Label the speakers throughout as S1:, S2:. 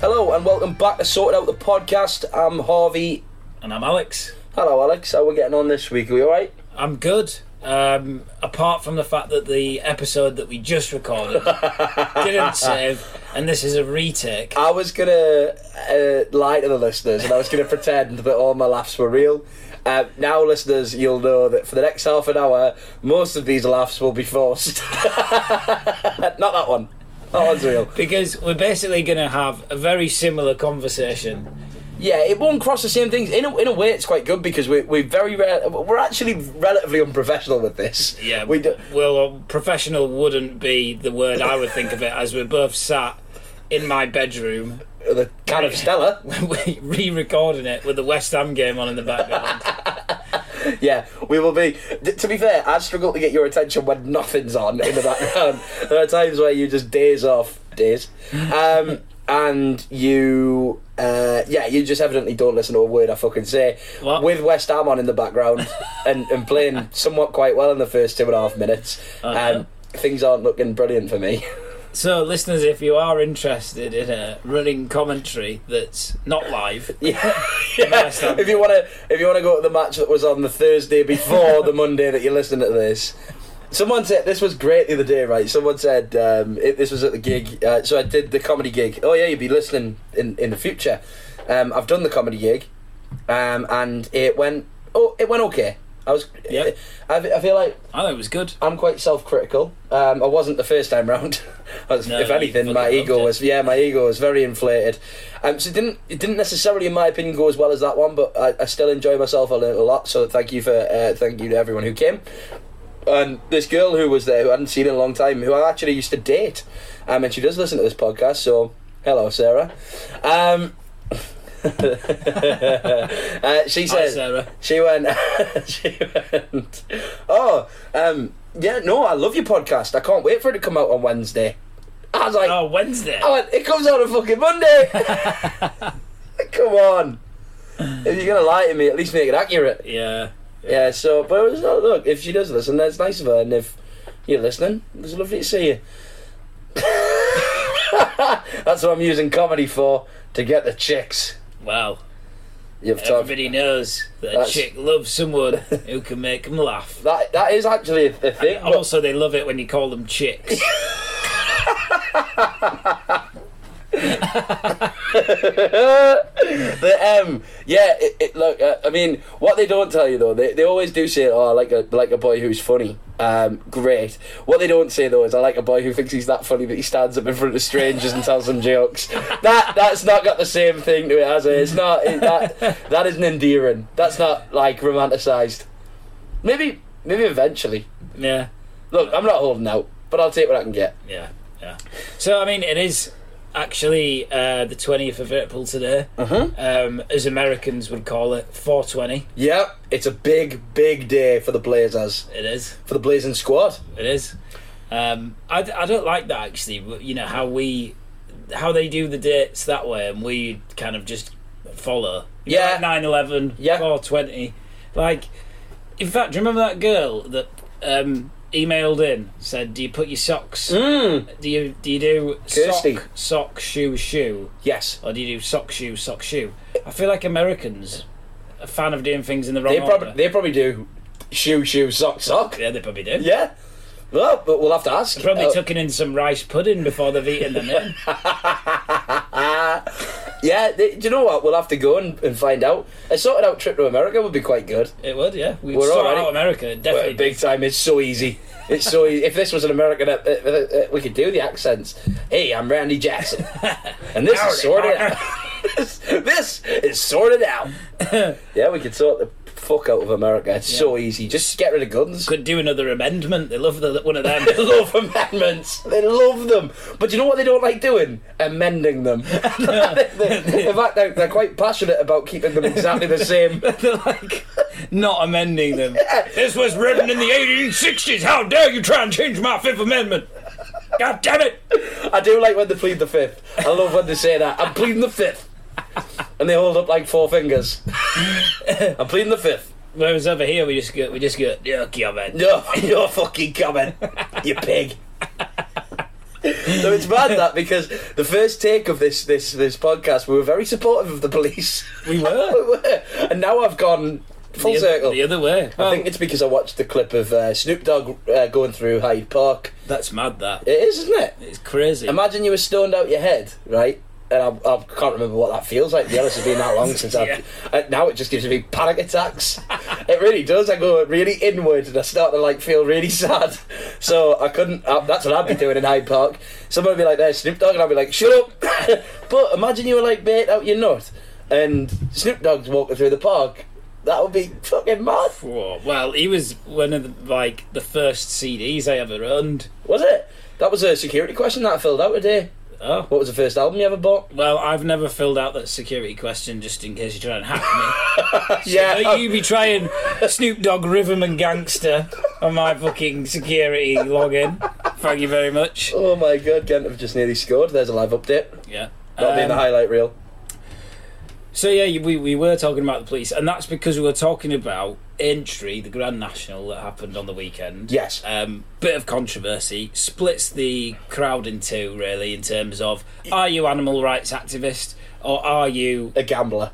S1: Hello and welcome back to Sort Out the Podcast. I'm Harvey.
S2: And I'm Alex.
S1: Hello, Alex. How are we getting on this week? Are we alright?
S2: I'm good. Um, apart from the fact that the episode that we just recorded didn't save, and this is a retake.
S1: I was going to uh, lie to the listeners and I was going to pretend that all my laughs were real. Uh, now, listeners, you'll know that for the next half an hour, most of these laughs will be forced. Not that one. That one's real.
S2: Because we're basically going to have a very similar conversation.
S1: Yeah, it won't cross the same things. In a, in a way, it's quite good because we we very rare, we're actually relatively unprofessional with this. we do,
S2: Well, professional wouldn't be the word I would think of it, as we're both sat in my bedroom
S1: the can of Stella.
S2: re-recording it with the West Ham game on in the background.
S1: Yeah, we will be. D- to be fair, I struggle to get your attention when nothing's on in the background. there are times where you just daze off, days, um, and you, uh, yeah, you just evidently don't listen to a word I fucking say.
S2: What?
S1: With West Ham on in the background and, and playing somewhat quite well in the first two and a half minutes,
S2: Uh-huh.
S1: um, things aren't looking brilliant for me.
S2: So, listeners, if you are interested in a running commentary that's not live,
S1: Yeah.
S2: Nice one.
S1: if you want to, if you want to go to the match that was on the Thursday before the Monday that you're listening to this, someone said this was great the other day, right? Someone said um, it, this was at the gig, uh, so I did the comedy gig. Oh yeah, you'll be listening in in the future. Um, I've done the comedy gig, um, and it went oh it went okay. I was
S2: Yeah.
S1: I, I feel like
S2: I thought it was good.
S1: I'm quite self-critical. Um, I wasn't the first time round. As-
S2: No,
S1: if
S2: you
S1: anything, my
S2: fucking
S1: ego
S2: loved it.
S1: was yeah, my ego was very inflated. Um, so it didn't it didn't necessarily, in my opinion, go as well as that one. But I, I still enjoy myself. I learned a lot. So thank you for uh, thank you to everyone who came. And this girl who was there, who I hadn't seen in a long time, who I actually used to date, um, and she does listen to this podcast. So hello, Sarah. Um, uh, she
S2: Hi,
S1: says.
S2: Sarah.
S1: She went. she went. Oh, um, yeah. No, I love your podcast. I can't wait for it to come out on Wednesday. I was like,
S2: Oh, Wednesday.
S1: I went, it comes out on fucking Monday. come on. If you're gonna lie to me, at least make it accurate.
S2: Yeah.
S1: Yeah. So, but it was, oh, look, if she does listen, that's nice of her. And if you're listening, it was lovely to see you. that's what I'm using comedy for to get the chicks.
S2: Wow.
S1: You've talked.
S2: Everybody knows that a
S1: That's-
S2: chick loves someone who can make them laugh.
S1: That that is actually a thing. but-
S2: Also, they love it when you call them chicks.
S1: the um, yeah, it, it, look, uh, I mean, what they don't tell you though, they, they always do say, "Oh, I like a like a boy who's funny." Um, great. What they don't say though is, "I like a boy who thinks he's that funny that he stands up in front of strangers and tells them jokes." That that's not got the same thing to it, has it? It's not it, that that isn't endearing. That's not like romanticised. Maybe maybe eventually.
S2: Yeah.
S1: Look, I'm not holding out, but I'll take what I can get.
S2: Yeah. Yeah. So, I mean, it is actually uh, the 20th of April today. Um, as Americans would call it, 420.
S1: Yep, it's a big big day for the Blazers,
S2: It is.
S1: for the Blazing squad.
S2: It is. Um, I, d- I don't like that actually. but, You know how we how they do the dates that way, and we kind of just follow. You
S1: Yeah.
S2: know, nine eleven.
S1: Yeah.
S2: four twenty. Like, in fact, do you remember that girl that um, emailed in said, "Do you put your socks?
S1: Mm.
S2: Do you do you do
S1: Kirsty.
S2: sock sock shoe shoe,
S1: Yes.
S2: or do you do sock shoe sock shoe?" I feel like Americans are fan of doing things in the wrong
S1: They probably
S2: order.
S1: they probably do shoe shoe sock sock.
S2: yeah, they probably do.
S1: Yeah. Well, but we'll have to ask.
S2: Probably
S1: Uh,
S2: tucking in some rice pudding before they've eaten them in.
S1: yeah. They, do you know what? We'll have to go and, and find out. A sorted out trip to America would be quite good.
S2: It would, yeah. We'd
S1: We're
S2: sort
S1: already-
S2: out America, it'd definitely.
S1: But big time. It's so easy. It's so easy. if this was an American, uh, uh, uh, we could do the accents. Hey, I'm Randy Jackson, and this is
S2: Howdy,
S1: sorted
S2: partner.
S1: out. this, this is sorted out. yeah, we could sort the fuck out of America. It's so easy. Just get rid of guns.
S2: could do another amendment. They love the, one of them.
S1: They love amendments. They love them. But you know what they don't like doing? Amending them. They- they- in fact, they're, they're quite passionate about keeping them exactly the same.
S2: They're like not amending them. This was written in the 1860s. How dare you try and change my Fifth Amendment? God damn it!
S1: I do like when they plead the fifth. I love when they say that. I'm pleading the fifth. And they hold up like four fingers. I'm pleading the fifth.
S2: Whereas over here, we just go, we just go, yuck, yeah, man.
S1: No, you're fucking coming. You pig. So it's mad that because the first take of this this this podcast, we were very supportive of the police.
S2: We were.
S1: we were. And now I've gone full
S2: the, oth-
S1: circle.
S2: the other way. Well,
S1: I think it's because I watched the clip of uh, Snoop Dogg uh, going through Hyde Park.
S2: that's mad. That
S1: It is, isn't it?
S2: it's crazy.
S1: Imagine you were stoned out your head, right? And I, I can't remember what that feels like. To be honest, it's been that long since
S2: Yeah.
S1: I've. Uh, now it just gives me panic attacks. it really does. I go really inward and I start to like feel really sad. So I couldn't. Uh, that's what I'd be doing in Hyde Park. Someone would be like, "There's Snoop Dogg," and I'd be like, "Shut up!" but imagine you were like bait out your nut, and Snoop Dogg's walking through the park. That would be fucking mad,
S2: Whoa. Well, he was one of the, like the first CDs I ever owned.
S1: was it? That was a security question that I filled out today.
S2: Oh.
S1: What was the first album you ever bought?
S2: Well, I've never filled out that security question just in case you try and hack me.
S1: Yeah,
S2: Don't you be trying Snoop Dogg Rhythm and Gangster on my fucking security login. Thank you very much.
S1: Oh my god, Ghent have just nearly scored. There's a live update.
S2: Yeah.
S1: That'll be in the
S2: Um,
S1: highlight reel.
S2: So yeah, you- we we were talking about the police, and that's because we were talking about Aintree, the Grand National that happened on the weekend.
S1: Yes.
S2: Um, bit of controversy splits the crowd in two, really, in terms of are you animal rights activist or are you?
S1: A gambler.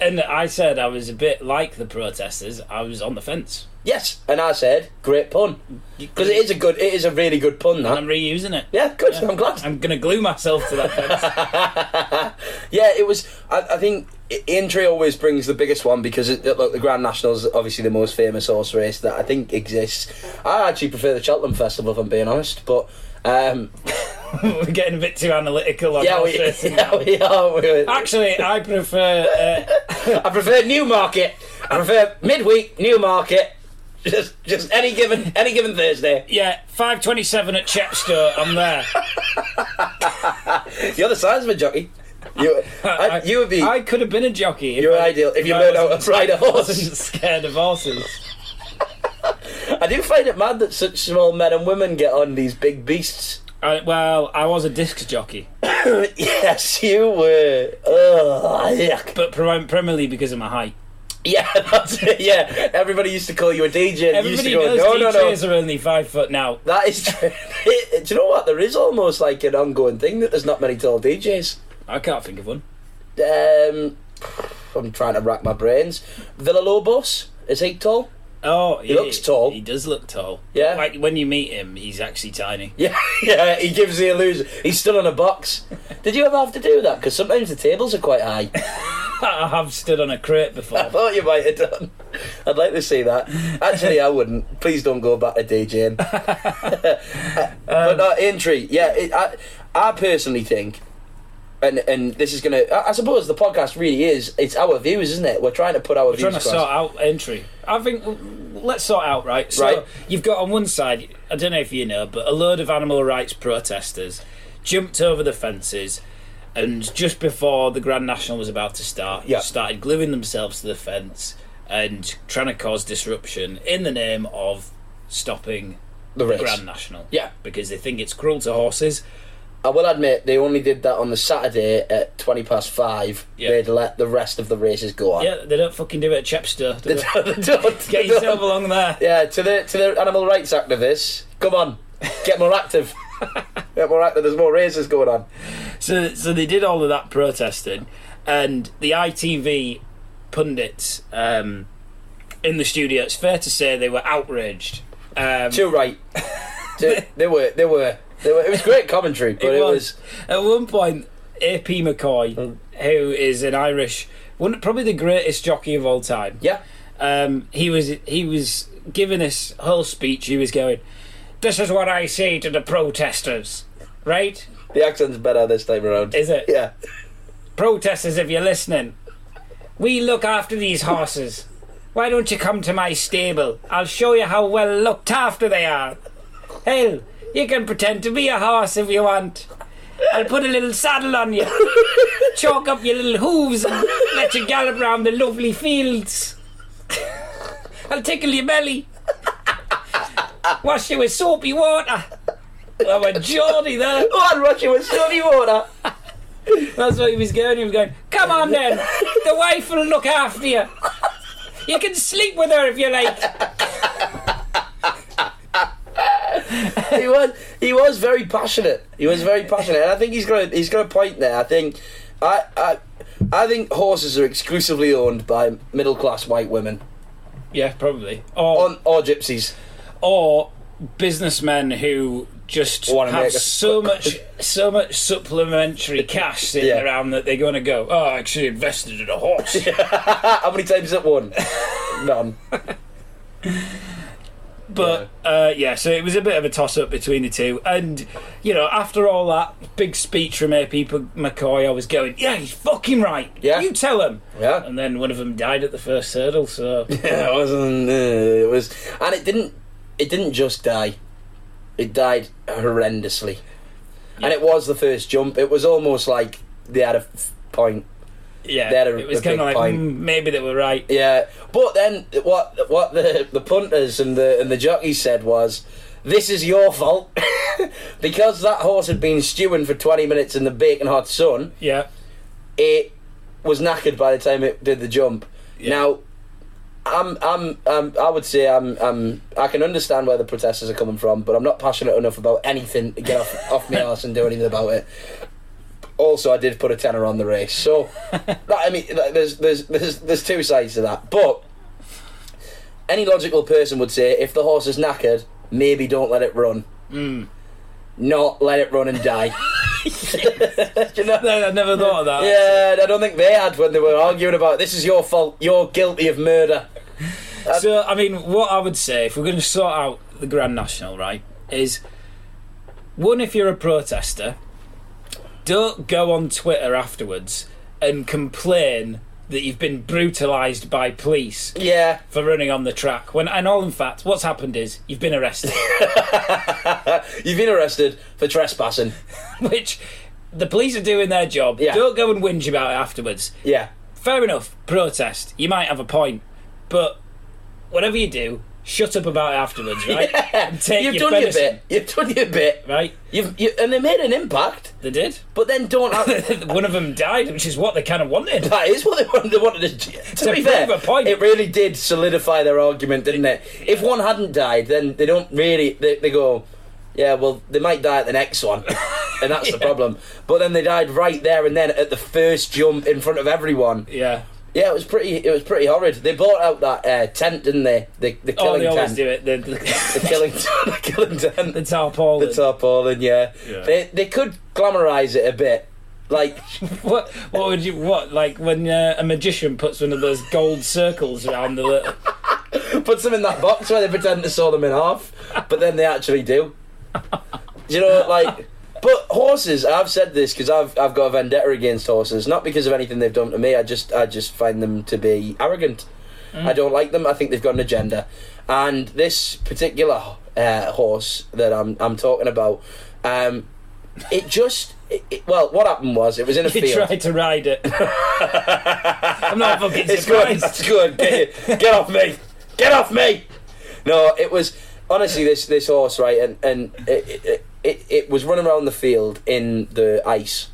S2: And I said I was a bit like the protesters. I was on the fence.
S1: yes, and I said, great pun. Because it is a good, it is a really good pun, that.
S2: I'm reusing it.
S1: Yeah, good, I'm glad.
S2: I'm gonna glue myself to that fence.
S1: Yeah, it was. I, I think I- Aintree always brings the biggest one because it, look, the Grand National's obviously the most famous horse race that I think exists. I actually prefer the Cheltenham Festival, if I'm being honest, but. Um,
S2: We're getting a bit too analytical on
S1: yeah,
S2: our
S1: we,
S2: system
S1: yeah,
S2: now.
S1: we are. we-
S2: Actually, I prefer. Uh,
S1: I prefer Newmarket. I prefer midweek Newmarket. Just, just any given, any given Thursday.
S2: yeah, five twenty-seven at Chepstow. I'm there.
S1: You're the size of a jockey. You, I,
S2: I-
S1: you would be
S2: I could have been a jockey. If
S1: your
S2: I,
S1: ideal if you
S2: I
S1: learned how
S2: wasn't
S1: to ride a horse.
S2: scared of horses.
S1: I do find it mad that such small men and women get on these big beasts.
S2: I, well, I was a disc jockey,
S1: yes, you were. Oh, yuck.
S2: but prim- primarily because of my height.
S1: Yeah, that's it. Yeah, everybody used to call you a DJ. and you used to
S2: Everybody
S1: go,
S2: knows
S1: no, no, no.
S2: DJs are only five foot now.
S1: That is true. do you know what? There is almost like an ongoing thing that there's not many tall DJs.
S2: I can't think of one.
S1: Um, I'm trying to rack my brains. Villalobos, is he tall?
S2: Oh, he,
S1: looks tall.
S2: He does look tall.
S1: Yeah.
S2: like when you meet him, he's actually tiny.
S1: Yeah, yeah, he gives the illusion. He's still on a box. Did you ever have to do that? Because sometimes the tables are quite high.
S2: I have stood on a crate
S1: I
S2: before.
S1: thought you might have done. I'd like to see that. Actually, I wouldn't. Please don't go back to DJing. Uh, but no, entry. Yeah, it, I, I personally think, and and this is gonna. I, I suppose the podcast really is. It's our views, isn't it? We're trying to put our views.
S2: Trying to
S1: across.
S2: sort out entry. I think let's sort out right. So
S1: Right.
S2: you've got on one side, I don't know if you know, but a load of animal rights protesters jumped over the fences and just before the Grand National was about to start,
S1: Yeah.
S2: started gluing themselves to the fence and trying to cause disruption in the name of stopping
S1: the race.
S2: Grand National.
S1: Yeah.
S2: Because they think it's cruel to horses.
S1: I will admit they only did that on the Saturday at twenty past five.
S2: Yeah.
S1: They'd let the rest of the races go on.
S2: Yeah, they don't fucking do it at Chepstow. do they?
S1: They don't- they don't.
S2: Get yourself along there.
S1: Yeah, to the to the animal rights activists, come on, get more active. get more active. There's more races going on.
S2: So, so they did all of that protesting, and the ITV pundits um, in the studio. It's fair to say they were outraged. Um,
S1: Too right. Too- they were. They were. They were. It was great commentary, but it, was.
S2: at one point AP McCoy, who is an Irish, one probably the greatest jockey of all time.
S1: Yeah.
S2: um, he was he was giving this whole speech. He was going, "This is what I say to the protesters." Right?
S1: The accent's better this time around.
S2: Is it?
S1: Yeah.
S2: protesters, if you're listening, we look after these horses. Why don't you come to my stable? I'll show you how well looked after they are. Hell, you can pretend to be a horse if you want. I'll put a little saddle on you, chalk up your little hooves, and let you gallop round the lovely fields. I'll tickle your belly, wash you with soapy water. I'm a Geordie there.
S1: Oh, and Roger with sunny water.
S2: That's what he was going. He was going, come on then, the wife will look after you. You can sleep with her if you like.
S1: he was he was very passionate. He was very passionate, and I think he's got a, he's got a point there. I think I I I think horses are exclusively owned by middle class white women
S2: Yeah, probably. Or
S1: or, or gypsies.
S2: or businessmen who just
S1: Wanna
S2: have
S1: make a-
S2: so much so much supplementary cash sitting
S1: Yeah.
S2: around that they're going to go. Oh, I actually invested in a horse.
S1: How many times has it won? None.
S2: But uh, yeah, so it was a bit of a toss up between the two, and you know, after all that big speech from AP McCoy, I was going, "Yeah, he's fucking right.
S1: Yeah.
S2: you tell him."
S1: Yeah.
S2: And then one of them died at the first hurdle, so
S1: Yeah, it wasn't. Uh, it was, and it didn't. It didn't just die. It died horrendously, and it was the first jump. It was almost like they had a f- point.
S2: yeah,
S1: They're a-
S2: it was
S1: a
S2: kind of
S1: big
S2: like
S1: point.
S2: mm, maybe they were right.
S1: Yeah, but then what? What the the punters and the and the jockeys said was, "This is your fault." Because that horse had been stewing for 20 minutes in the baking hot sun,
S2: Yeah,
S1: it was knackered by the time it did the jump.
S2: Yeah.
S1: Now, I'm, I'm, I'm, I would say I'm, I'm, I can understand where the protesters are coming from, but I'm not passionate enough about anything to get off, off my arse and do anything about it. Also, I did put a tenner on the race, so that, I mean, like, there's, there's, there's, there's two sides to that. But any logical person would say, if the horse is knackered, maybe don't let it run.
S2: mm.
S1: Not let it run and die. you know?
S2: I, I never thought of that.
S1: Yeah, I don't think they had when they were arguing about this is your fault, you're guilty of murder.
S2: So, I mean, what I would say, if we're going to sort out the Grand National, right, is one, if you're a protester, don't go on Twitter afterwards and complain that you've been brutalised by police
S1: Yeah,
S2: for running on the track. When, and all in fact, what's happened is you've been arrested,
S1: you've been arrested for trespassing.
S2: which the police are doing their job.
S1: Yeah.
S2: Don't go and whinge about it afterwards.
S1: Yeah,
S2: Fair enough, protest. You might have a point, but whatever you do, shut up about it afterwards, right? And take
S1: you've
S2: your
S1: done your
S2: medicine,
S1: bit. You've done your bit.
S2: right?
S1: You've you, and they made an impact,
S2: They did.
S1: but then don't. Have,
S2: One of them died, which is what they kind of wanted.
S1: that is what they wanted. They wanted to, to,
S2: To
S1: be
S2: prove
S1: fair.
S2: a point.
S1: It really did solidify their argument, didn't it? If one hadn't died, then they don't really. They, they go, yeah, well, they might die at the next one. And that's the problem. But then they died right there and then at the first jump in front of everyone.
S2: Yeah.
S1: Yeah, it was pretty. It was pretty horrid. They bought out that uh, tent, didn't they? The, the
S2: Oh,
S1: killing
S2: they
S1: tent.
S2: always do it. The, the,
S1: The killing, the killing tent.
S2: the
S1: The,
S2: tarpaulin.
S1: tarpaulin. Yeah.
S2: Yeah.
S1: They they could glamorize it a bit, like
S2: what? What would you? What? Like when uh, a magician puts one of those gold circles around the.
S1: put them in that box where they pretend to saw them in half, but then they actually do. Do you know, like. But horses, I've said this because I've I've got a vendetta against horses, not because of anything they've done to me. I just I just find them to be arrogant. I don't like them. I think they've got an agenda, and this particular uh, horse that I'm I'm talking about, um, it just it, it- well, what happened was it was in a
S2: You
S1: field.
S2: tried to ride it. I'm not fucking
S1: It's good.
S2: surprised.
S1: It's good. Get, get off me. Get off me. No, it was honestly this this horse right, and and it it, it, it was running around the field in the ice,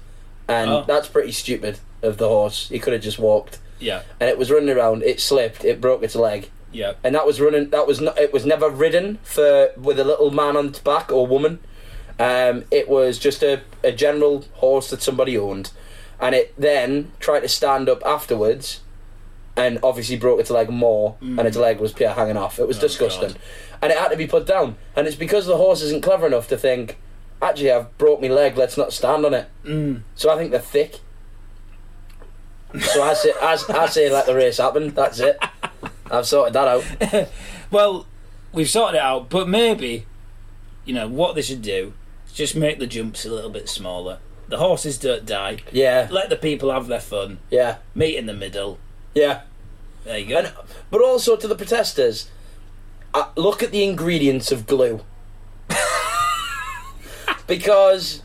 S1: and
S2: Oh.
S1: that's pretty stupid of the horse. He could have just walked,
S2: Yeah.
S1: and it was running around. It slipped. It broke its leg,
S2: Yeah.
S1: and that was running. That was not. It was never ridden for with a little man on its back or woman. Um, it was just a, a general horse that somebody owned, and it then tried to stand up afterwards, and obviously broke its leg more, and its leg was pure hanging off. It was
S2: Mm. Oh,
S1: disgusting,
S2: God.
S1: and it had to be put down. And it's because the horse isn't clever enough to think, actually, I've broke my leg. Let's not stand on it.
S2: Mm.
S1: So I think they're thick. So I say, I, I say, let the race happen. That's it. I've sorted that out.
S2: Well, we've sorted it out, but maybe, you know, what they should do is just make the jumps a little bit smaller. The horses don't die.
S1: Yeah,
S2: Let the people have their fun.
S1: yeah,
S2: Meet in the middle.
S1: yeah.
S2: There you go.
S1: And but also to the protesters, uh, look at the ingredients of glue. because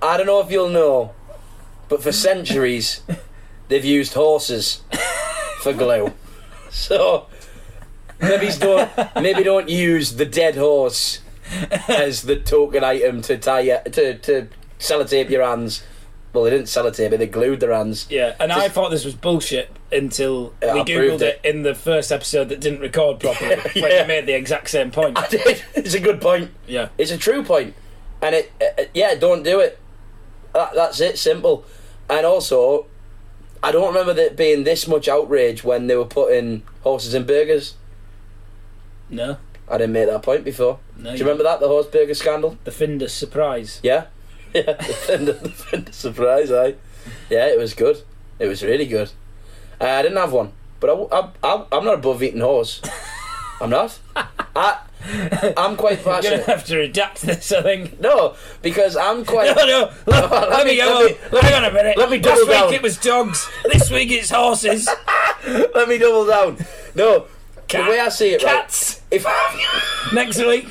S1: I don't know if you'll know, but for centuries they've used horses for glue. So maybe don't maybe don't use the dead horse as the token item to tie your- to to sellotape your hands Well, they didn't sellotape it. They glued their hands.
S2: Yeah, and I thought this was bullshit until
S1: Yeah,
S2: we
S1: I
S2: googled
S1: proved
S2: it.
S1: it.
S2: in the first episode that didn't record properly when
S1: Yeah.
S2: you made the exact same point.
S1: I did. It's a good point.
S2: Yeah,
S1: It's a true point, and it, uh, uh, yeah, don't do it. That, that's it, simple. And also, I don't remember there being this much outrage when they were putting horses in burgers.
S2: no,
S1: I didn't make that point before.
S2: no.
S1: Do you remember that the horse burger scandal?
S2: the Finder surprise?
S1: Yeah, yeah. the Fender surprise, aye. Yeah, it was good. It was really good. Uh, I didn't have one, but I, w- I, I, am not above eating horse. I'm not. I, I'm quite
S2: You're gonna
S1: passionate.
S2: have to redact this, I think.
S1: No, because I'm quite.
S2: No, no. Let,
S1: let
S2: let me
S1: me-
S2: go.
S1: let me-
S2: on. Hang on a minute.
S1: let me double
S2: Last week
S1: down.
S2: it was dogs. This week it's horses.
S1: Let me double down. No,
S2: Cat-
S1: the way I see it, right?
S2: Cats.
S1: If
S2: Next week,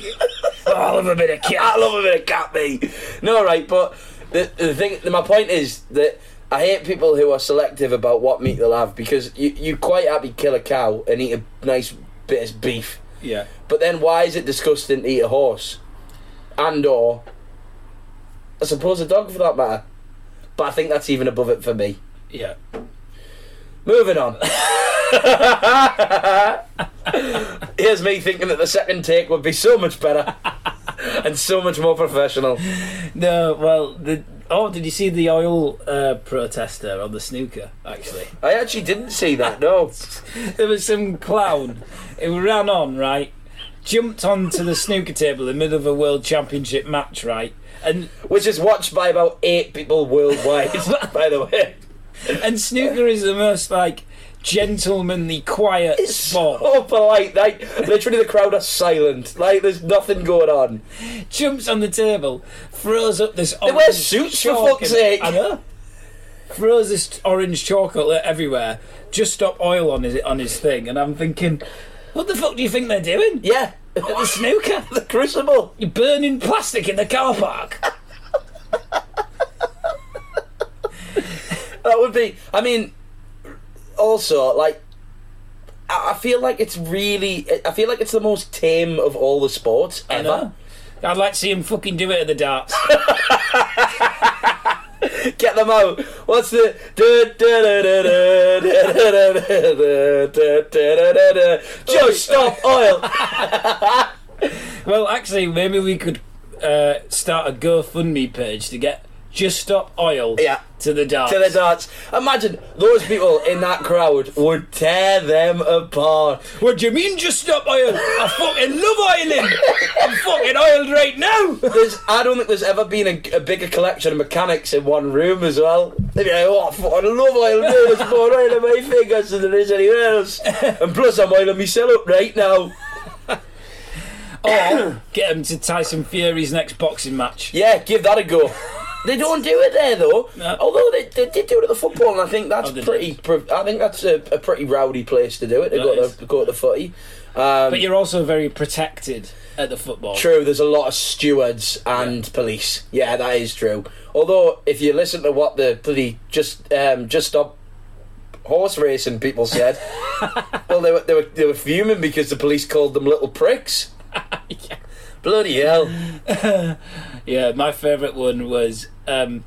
S2: oh, I'll have a bit of
S1: I
S2: cat.
S1: love a bit of cat, me. No, right, but the, the thing, my point is that I hate people who are selective about what meat they'll have because you you quite happy kill a cow and eat a nice bit of beef,
S2: Yeah.
S1: but then why is it disgusting to eat a horse, and or I suppose a dog for that matter. But I think that's even above it for me.
S2: Yeah.
S1: Moving on. Here's me thinking that the second take would be so much better and so much more professional.
S2: No, well, the oh, did you see the oil uh, protester on the snooker? Actually,
S1: I actually didn't see that, no.
S2: there was some clown who ran on right, jumped onto the snooker table in the middle of a world championship match, right, and
S1: Which is watched by about eight people worldwide, by the way.
S2: and snooker is the most like gentlemanly, quiet sport.
S1: Oh, polite. Like, literally, the crowd are silent. Like, there's nothing going on.
S2: jumps on the table, throws up this. They
S1: wear suits, for fuck's sake.
S2: I know. Throws this orange chocolate everywhere. Just stop oil on his on his thing, and I'm thinking, what the fuck do you think they're doing?
S1: Yeah.
S2: At the snooker,
S1: the crucible.
S2: you're burning plastic in the car park.
S1: That would be. I mean, also like, I I feel like it's really. I feel like it's the most tame of all the sports
S2: I
S1: ever.
S2: know. I'd like to see him fucking do it at the darts.
S1: Get them out. What's the? Just stop oil.
S2: well, actually, maybe we could uh, start a GoFundMe page to get just stop oil
S1: Yeah.
S2: to the darts.
S1: To the darts. Imagine those people in that crowd would tear them apart.
S2: What do you mean just stop oil? I fucking love oiling. I'm fucking oiled right now.
S1: There's, I don't think there's ever been a, a bigger collection of mechanics in one room as well. They'd be like, oh, I fucking love oil, man. It's more oil in my fingers than there is anywhere else. And plus, I'm oiling myself up right now.
S2: Or get him to Tyson Fury's next boxing match.
S1: Yeah, give that a go. They don't do it there though.
S2: No.
S1: Although they, they did do it at the football, and I think that's
S2: Oh, they did.
S1: pretty. Pro- I think that's a, a pretty rowdy place to do it. To
S2: That
S1: go
S2: is.
S1: to, go to the footy. Um,
S2: But you're also very protected at the football.
S1: True, there's a lot of stewards and police. Yeah, that is true. Although, if you listen to what the bloody just um, just stop horse racing people said, well, they were, they were they were fuming because the police called them little pricks. Bloody hell!
S2: Yeah, my favourite one was um,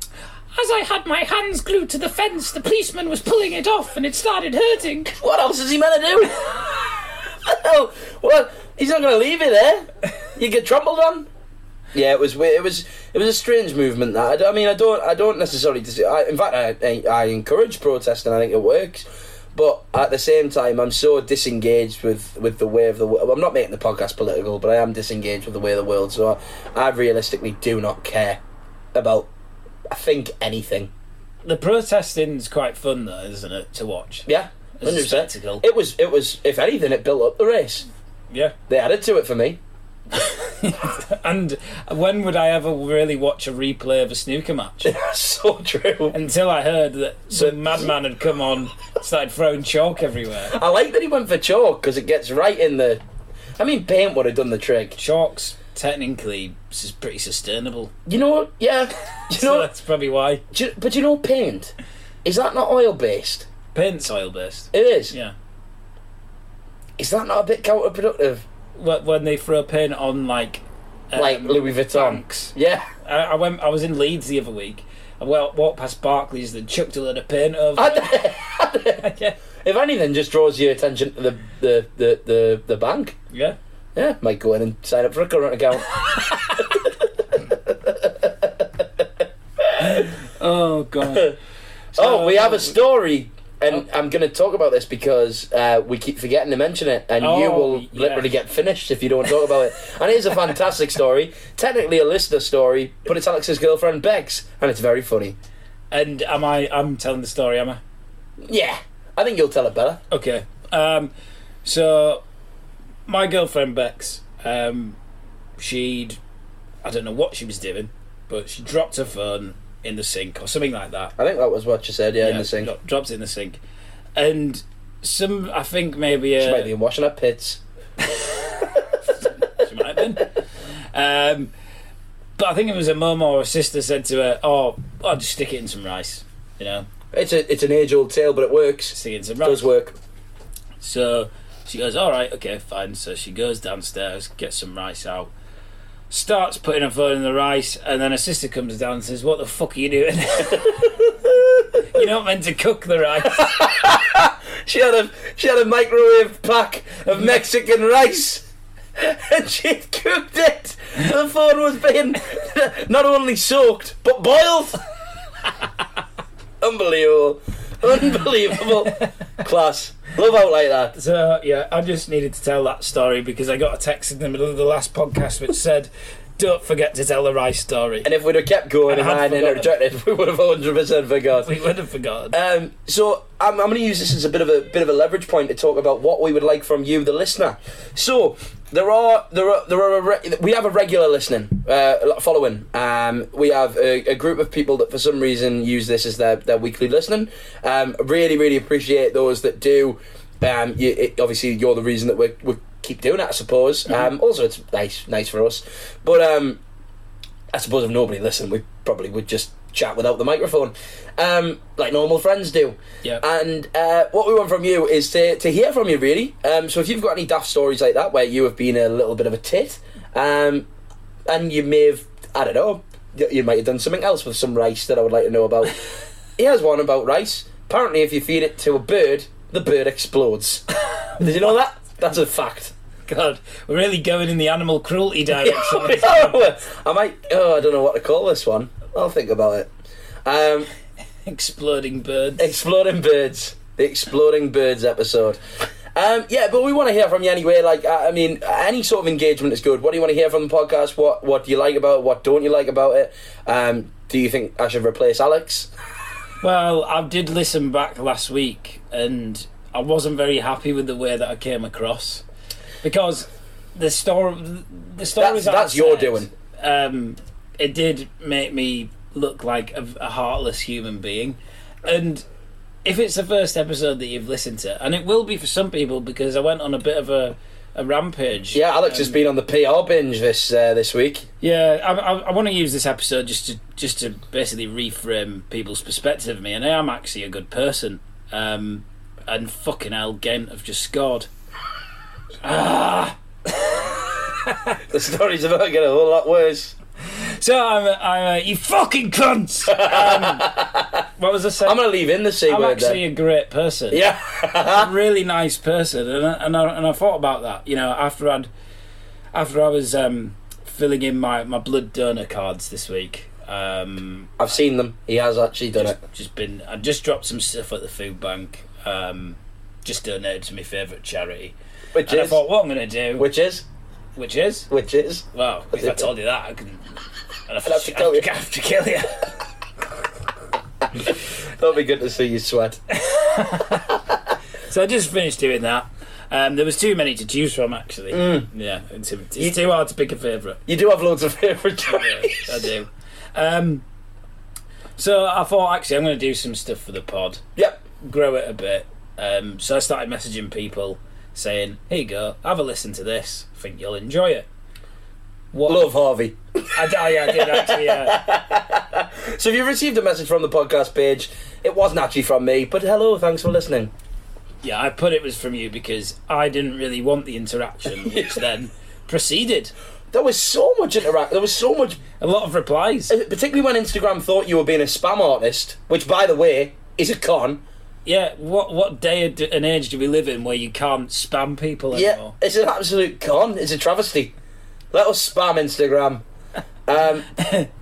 S2: As I had my hands glued to the fence, the policeman was pulling it off and it started hurting.
S1: What else is he meant to do? Hell, what? He's not going to leave you there. You get trampled on. Yeah, it was we- it was it was a strange movement. That I d- I, mean, I don't I don't necessarily. Dis- I, in fact, I, I I encourage protest and I think it works. But at the same time, I'm so disengaged with, with the way of the world. I'm not making the podcast political, but I am disengaged with the way of the world. So I, I realistically do not care about. I think anything.
S2: The protesting's quite fun though, isn't it, to watch?
S1: Yeah,
S2: It's a
S1: 100%.
S2: spectacle.
S1: It was it was if anything, it built up the race.
S2: Yeah.
S1: They added to it for me.
S2: And when would I ever really watch a replay of a snooker match?
S1: so true.
S2: Until I heard that some madman had come on, started throwing chalk everywhere.
S1: I like that he went for chalk because it gets right in the. I mean, paint would have done the trick.
S2: Chalk's technically s- is pretty sustainable,
S1: You know what? Yeah. You
S2: so
S1: know,
S2: that's probably why
S1: do you- but you know, paint is that not oil based?
S2: paint's oil based.
S1: It is.
S2: Yeah,
S1: Is that not a bit counterproductive?
S2: Wh- when they throw paint on like um,
S1: Like Louis Vuitton.
S2: tanks.
S1: Yeah.
S2: I, I went. I was in Leeds the other week, I wa- walked past Barclays, then chucked a load of paint over. yeah.
S1: if anything, just draws your attention to the the, the, the, the bank.
S2: yeah.
S1: Yeah, might go in and sign up for a current account.
S2: Oh, God.
S1: oh, we have a story, and I'm going to talk about this because uh, we keep forgetting to mention it, and you
S2: Oh,
S1: will
S2: yeah.
S1: literally get finished if you don't talk about it. And it's a fantastic story, technically a listener story, but it's Alex's girlfriend Bex, and it's very funny.
S2: and am I? I'm telling the story, am I?
S1: Yeah, I think you'll tell it better.
S2: Okay. Um, so my girlfriend Bex, um, she'd I don't know what she was doing, but she dropped her phone in the sink or something like that.
S1: I think that was what you said. Yeah, in
S2: Yeah,
S1: the sink.
S2: dro- dropped it in the sink, and some I think maybe uh,
S1: She might be washing her pits.
S2: she might have been. Um, but I think it was a mum or a sister said to her, "Oh, I'll just stick it in some rice." You know,
S1: It's a it's an age old tale, but it works.
S2: stick it in some
S1: It
S2: rice.
S1: does work.
S2: So she goes, all right, okay, fine. So she goes downstairs, gets some rice out, starts putting her phone in the rice, and then her sister comes down and says, what the fuck are you doing? You're not meant to cook the rice.
S1: She had a she had a microwave pack of Mexican rice, and she cooked it. The phone was being not only soaked but boiled. Unbelievable, unbelievable, class. Love out like that.
S2: So yeah, I just needed to tell that story because I got a text in the middle of the last podcast which said, don't forget to tell the rice story.
S1: And if we'd have kept going and
S2: I
S1: I
S2: had
S1: hadn't
S2: forgotten.
S1: interjected, we would have hundred percent forgot.
S2: We would have forgotten.
S1: Um, so I'm, I'm going to use this as a bit of a bit of a leverage point to talk about what we would like from you, the listener. So there are there are there are a re- we have a regular listening uh, following. Um, we have a, a group of people that for some reason use this as their their weekly listening. Um, really really appreciate those that do. Um, you, it, obviously, you're the reason that we we keep doing it, I suppose. Um, also, it's nice nice for us, but. Um, I suppose if nobody listened, we probably would just chat without the microphone, um, like normal friends do.
S2: Yeah.
S1: And uh, what we want from you is to, to hear from you, really. Um, so if you've got any daft stories like that where you have been a little bit of a tit, um, and you may have, I don't know, you, you might have done something else with some rice that I would like to know about. Here's one about rice. Apparently, if you feed it to a bird, the bird explodes. Did you know that? That's a fact.
S2: God, we're really going in the animal cruelty direction.
S1: I might. Oh, I don't know what to call this one. I'll think about it. Um,
S2: Exploding birds.
S1: exploding birds. The exploding birds episode. Um, yeah, but we want to hear from you anyway. Like, I I mean, any sort of engagement is good. What do you want to hear from the podcast? What What do you like about it? What don't you like about it? Um, do you think I should replace Alex?
S2: Well, I did listen back last week and I wasn't very happy with the way that I came across because the story the
S1: That's-
S2: stories that I
S1: that's your
S2: said,
S1: doing.
S2: Um, it did make me look like a, a heartless human being, and if it's the first episode that you've listened to, and it will be for some people because I went on a bit of a, a rampage.
S1: Yeah, Alex has been on the PR binge this uh, this week.
S2: Yeah, I, I, I want to use this episode just to just to basically reframe people's perspective of me, and I am actually a good person. Um, and fucking hell, Ghent have just scored. Ah,
S1: The stories about to get a whole lot worse.
S2: So I'm, a, I'm a, you fucking cunts. Um, what was I saying?
S1: I'm gonna leave in the C
S2: I'm
S1: word.
S2: actually
S1: then.
S2: a great person.
S1: Yeah.
S2: a really nice person, and I, and I, and I thought about that. You know, after I'd after I was um, filling in my, my blood donor cards this week. Um,
S1: I've seen them. He has actually done it.
S2: just, just been I just dropped some stuff at the food bank. Um, just donated to my favourite charity.
S1: Which
S2: And I
S1: is.
S2: thought, what I'm going to do, which,
S1: Which is.
S2: is,
S1: Which is.
S2: well, if I told you that, I can. I'd have,
S1: have
S2: to,
S1: to kill
S2: I'd
S1: you.
S2: have to kill you.
S1: That'll be good to see you sweat.
S2: so I just finished doing that. Um, there was too many to choose from, actually.
S1: Mm.
S2: Yeah, it's, it's too hard to pick a favourite.
S1: You do have loads of favourite
S2: Yeah,
S1: charities.
S2: I do. Um, so I thought, actually, I'm going to do some stuff for the pod.
S1: Yep.
S2: grow it a bit. Um, so I started messaging people saying, "Here you go, have a listen to this. I think you'll enjoy it." What?
S1: Love Harvey.
S2: I, I, I did actually. Uh,
S1: So if you received a message from the podcast page, it wasn't actually from me, but hello, thanks for listening.
S2: yeah, I put it was from you because I didn't really want the interaction, which then proceeded.
S1: There was so much interact. There was so much, uh,
S2: A lot of replies.
S1: particularly when Instagram thought you were being a spam artist, which, by the way, is a con.
S2: Yeah, what what day and and age do we live in where you can't spam people
S1: Yeah,
S2: anymore?
S1: it's an absolute con. It's a travesty. Let us spam Instagram. Um,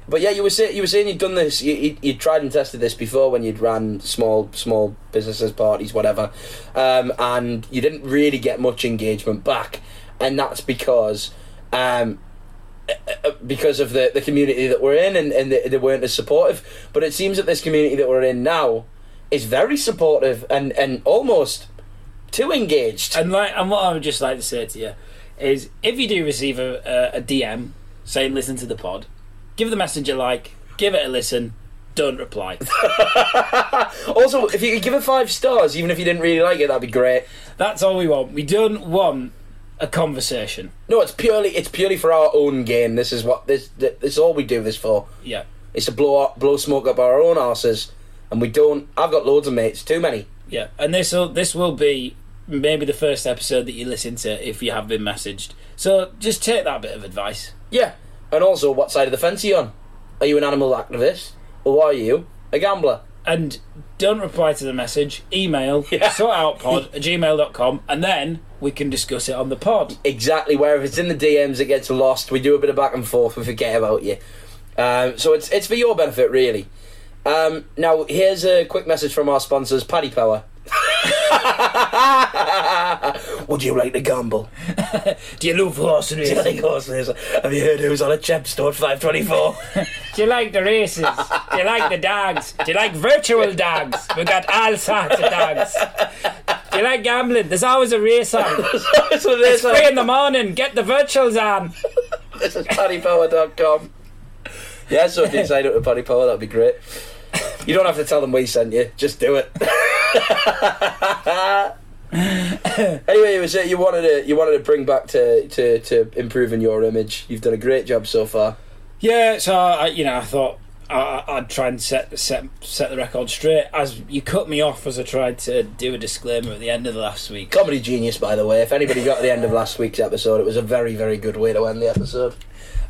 S1: but yeah, you were saying you were saying you'd done this. You, you you tried and tested this before when you'd ran small small businesses, parties, whatever, um, and you didn't really get much engagement back, and that's because. Um, uh, because of the, the community that we're in and, and they, they weren't as supportive but it seems that this community that we're in now is very supportive and, and almost too engaged
S2: And like, and what I would just like to say to you is, if you do receive a, a, a DM saying listen to the pod, give the message a like, give it a listen, don't reply.
S1: Also, if you could give it five stars, even if you didn't really like it, that'd be great.
S2: That's all we want. We don't want a conversation.
S1: No, it's purely it's purely for our own game. This is what this th- this is all we do this for.
S2: Yeah,
S1: It's to blow our, blow smoke up our own asses, and we don't. I've got loads of mates, too many.
S2: yeah. And this will this will be maybe the first episode that you listen to if you have been messaged. So just take that bit of advice.
S1: Yeah, and also, what side of the fence are you on? Are you an animal activist, or are you a gambler?
S2: and don't reply to the message. Email sortoutpod at gmail.com and then we can discuss it on the pod.
S1: Exactly. Where if it's in the DMs, it gets lost. We do a bit of back and forth. We forget about you. Um, so it's it's for your benefit, really. Um, now, here's a quick message from our sponsors, Paddy Power. Would you like to gamble?
S2: Do you love horse
S1: Do you
S2: races?
S1: like horse racing? Have you heard who's on a Chepstow at 524?
S2: Do you like the races? Do you like the dogs? Do you like virtual dogs? We've got all sorts of dogs. Do you like gambling? There's always a race on.
S1: so there's
S2: Three
S1: a,
S2: in the morning, get the virtuals on.
S1: this is paddypower.com. Yeah, so if you sign up to Paddy Power, that'd be great. You don't have to tell them we sent you, just do it. anyway, you were saying you wanted to you wanted to bring back to, to, to improving your image. You've done a great job so far.
S2: Yeah, so I, you know, I thought I, I'd try and set set set the record straight. As you cut me off as I tried to do a disclaimer at the end of the last week.
S1: Comedy genius, by the way. If anybody got to the end of last week's episode, it was a very, very good way to end the episode.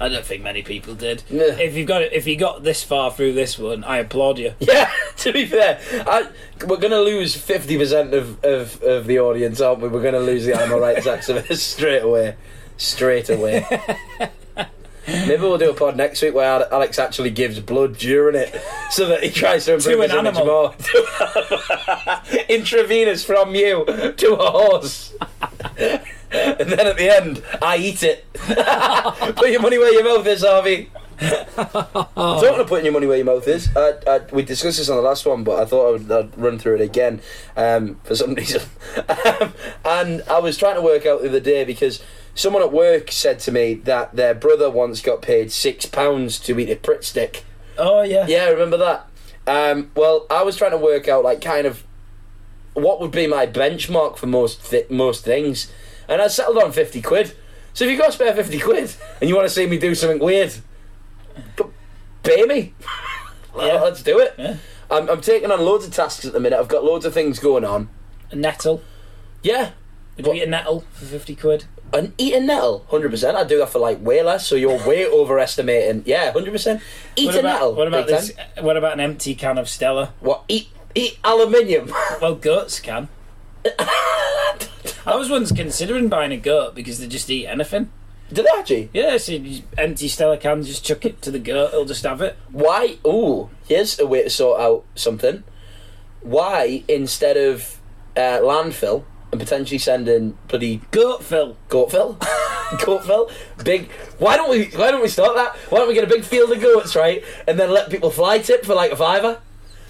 S2: I don't think many people did.
S1: No.
S2: If you've got if you got this far through this one, I applaud you.
S1: Yeah, to be fair, I, we're going to lose 50% of, of, of the audience, aren't we? We're going to lose the animal rights activists straight away. Straight away. Maybe we'll do a pod next week where Alex actually gives blood during it so that he tries to improve
S2: To an
S1: his image
S2: animal.
S1: more. Intravenous from you to a horse. and then at the end, I eat it. Put your money where your mouth is, Harvey. Talking of putting your money where your mouth is, I, I, we discussed this on the last one, but I thought I would, I'd run through it again um, for some reason. um, and I was trying to work out the other day because someone at work said to me that their brother once got paid six pounds to eat a Pritt stick.
S2: Oh yeah.
S1: Yeah, I remember that. Um, well, I was trying to work out like kind of what would be my benchmark for most th- most things, and I settled on fifty quid. So if you have got a spare fifty quid and you want to see me do something weird, p- pay me.
S2: Yeah.
S1: Let's do it.
S2: Yeah.
S1: I'm, I'm taking on loads of tasks at the minute. I've got loads of things going on.
S2: A nettle.
S1: Yeah,
S2: Would you eat a nettle for fifty quid?
S1: and eat a nettle, hundred percent. I do that for like way less. So you're way overestimating. Yeah, hundred percent. Eat
S2: What
S1: a
S2: about,
S1: nettle.
S2: What about
S1: Big
S2: this?
S1: Ten.
S2: What about an empty can of Stella?
S1: What eat? Eat aluminium.
S2: Well, goats can. I was once considering buying a goat because they just eat anything.
S1: Did I actually?
S2: Yeah, so you just empty Stella cans, just chuck it to the goat, it'll just have it.
S1: Why? Ooh, here's a way to sort out something. Why instead of uh, landfill and potentially sending bloody
S2: Goat fill.
S1: goatfill, goatfill, big? Why don't we? Why don't we start that? Why don't we get a big field of goats, right, and then let people fly tip for like a fiver?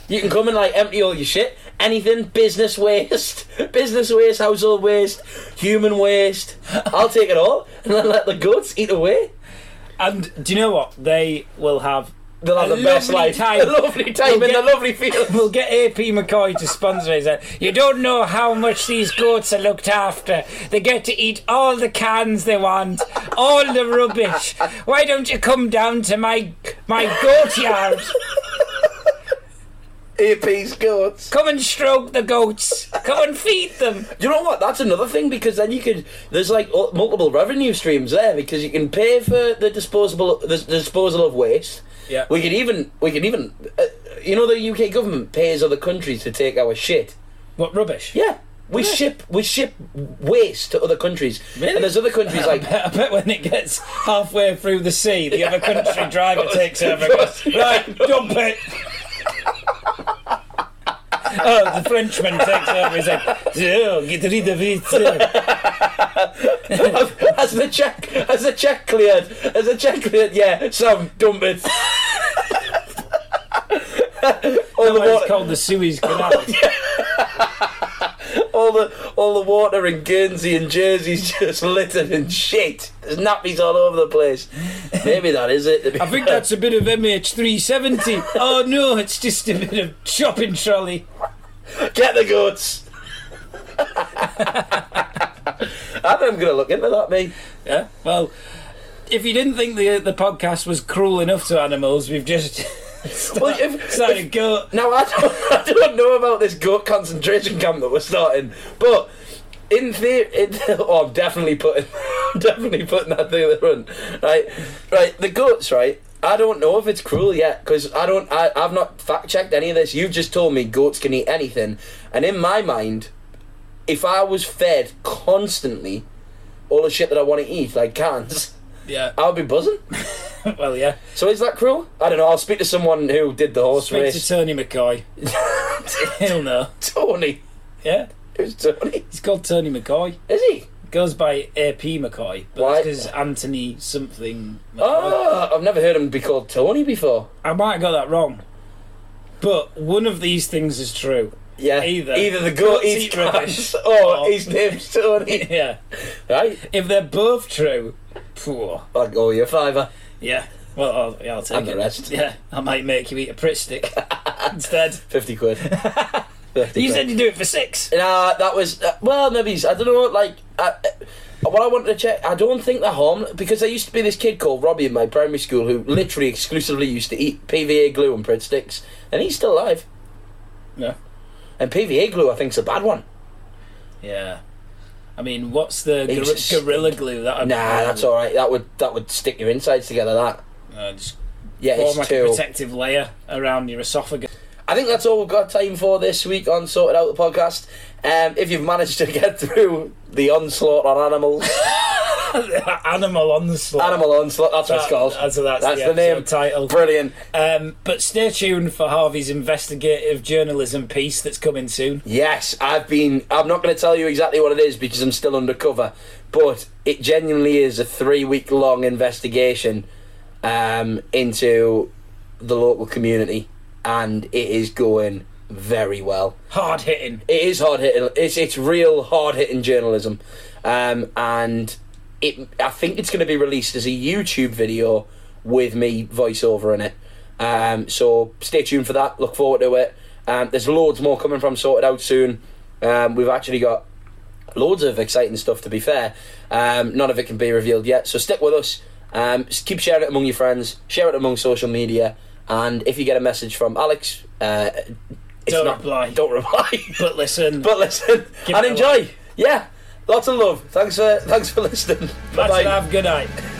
S1: You can come and like empty all your shit, anything, business waste, business waste, household waste, human waste. I'll take it all, and then let the goats eat away.
S2: And do you know what? They will have
S1: They'll have
S2: A
S1: the best
S2: lovely
S1: life,
S2: time.
S1: a lovely time
S2: We'll
S1: in the
S2: get-
S1: lovely field.
S2: We'll get AP McCoy to sponsor us. You don't know how much these goats are looked after. They get to eat all the cans they want, all the rubbish. Why don't you come down to my my goat yard?
S1: AP's goats.
S2: Come and stroke the goats. Come and feed them.
S1: You know what? That's another thing because then you could. There's like uh, multiple revenue streams there because you can pay for the disposable the, the disposal of waste.
S2: Yeah.
S1: We could even we could even uh, you know the UK government pays other countries to take our shit.
S2: What rubbish?
S1: Yeah. We ship we ship waste to other countries.
S2: Really?
S1: And there's other countries like
S2: I bet when it gets halfway through the sea, the other country driver takes over and goes, Right, dump it. oh, the Frenchman takes over. He's like, oh, get rid of it.
S1: as the check as the check cleared as the check cleared yeah some dump it. all the
S2: It's
S1: water,
S2: called the Suez Canal.
S1: all the all the water in Guernsey and Jersey's just littered in shit. There's nappies all over the place. Maybe that is it.
S2: I think that's a bit of MH370. Oh no, it's just a bit of shopping trolley.
S1: Get the goats. I think I'm gonna look into that, mate.
S2: Yeah. Well, if you didn't think the the podcast was cruel enough to animals, we've just
S1: Well, if-
S2: started goat.
S1: Now I don't, I don't know about this goat concentration camp that we're starting, but in theory, in, oh, I'm definitely putting, definitely putting that thing in the run. Right, right. The goats, right. I don't know if it's cruel yet because I don't. I, I've not fact checked any of this. You've just told me goats can eat anything, and in my mind, if I was fed constantly all the shit that I want to eat, like cans,
S2: Yeah.
S1: I would be buzzing.
S2: Well, yeah.
S1: So is that cruel? I don't know. I'll speak to someone who did the horse
S2: Speak to
S1: race.
S2: Tony McCoy. He'll know.
S1: Tony.
S2: Yeah.
S1: Who's Tony?
S2: He's called Tony McCoy.
S1: Is he?
S2: Goes by AP McCoy, but
S1: Why?
S2: because Anthony something. McCoy.
S1: Oh, I've never heard him be called Tony before.
S2: I might have got that wrong, but one of these things is true.
S1: Yeah,
S2: Either.
S1: either the goat
S2: Goats
S1: eats
S2: eat rubbish, Oh.
S1: cats or
S2: or-
S1: his name's Tony.
S2: Yeah.
S1: right?
S2: If they're both true, poor.
S1: I'll go with your fiver.
S2: Yeah. Well, I'll, yeah, I'll take
S1: And the
S2: it.
S1: rest.
S2: Yeah, I might make you eat a prick stick instead.
S1: Fifty quid. 50
S2: You
S1: quid.
S2: said you do it for six.
S1: Nah, that was uh, well. Maybe he's- I don't know. Like, I, I- what I wanted to check. I don't think they're harm because there used to be this kid called Robbie in my primary school who literally exclusively used to eat PVA glue and bread sticks, and he's still alive.
S2: Yeah.
S1: And PVA glue, I think's a bad one.
S2: Yeah. I mean, what's the
S1: It was a
S2: gor-
S1: stink.
S2: gorilla glue that? I'm
S1: Nah, that's all right. That would that would stick your insides together. That
S2: Uh, just
S1: yeah,
S2: form
S1: it's
S2: like
S1: too.
S2: a protective layer around your esophagus.
S1: I think that's all we've got time for this week on Sorted Out the Podcast. Um, if you've managed to get through the onslaught on animals,
S2: Animal on the slot.
S1: animal onslaught, that's what it's
S2: That-
S1: called.
S2: that's, that's
S1: That's
S2: the,
S1: the
S2: episode
S1: name.
S2: title.
S1: Brilliant.
S2: Um, but stay tuned for Harvey's investigative journalism piece that's coming soon.
S1: Yes, I've been. I'm not going to tell you exactly what it is because I'm still undercover, but it genuinely is a three week long investigation um, into the local community, and it is going very well.
S2: Hard hitting.
S1: it is hard hitting. It's it's real hard hitting journalism, um, and it. I think it's going to be released as a YouTube video with me voiceover in it. Um, so stay tuned for that. Look forward to it. Um, there's loads more coming from sorted out soon. Um, we've actually got loads of exciting stuff. To be fair, um, none of it can be revealed yet. So stick with us. Um, s- keep sharing it among your friends. Share it among social media. And if you get a message from Alex, uh, it's
S2: Don't
S1: not-
S2: reply.
S1: Don't reply.
S2: But listen,
S1: But listen,
S2: Give
S1: and
S2: it a
S1: enjoy. Yeah, lots of love. Thanks for thanks for listening.
S2: that's
S1: Bye-bye.
S2: enough. Good night.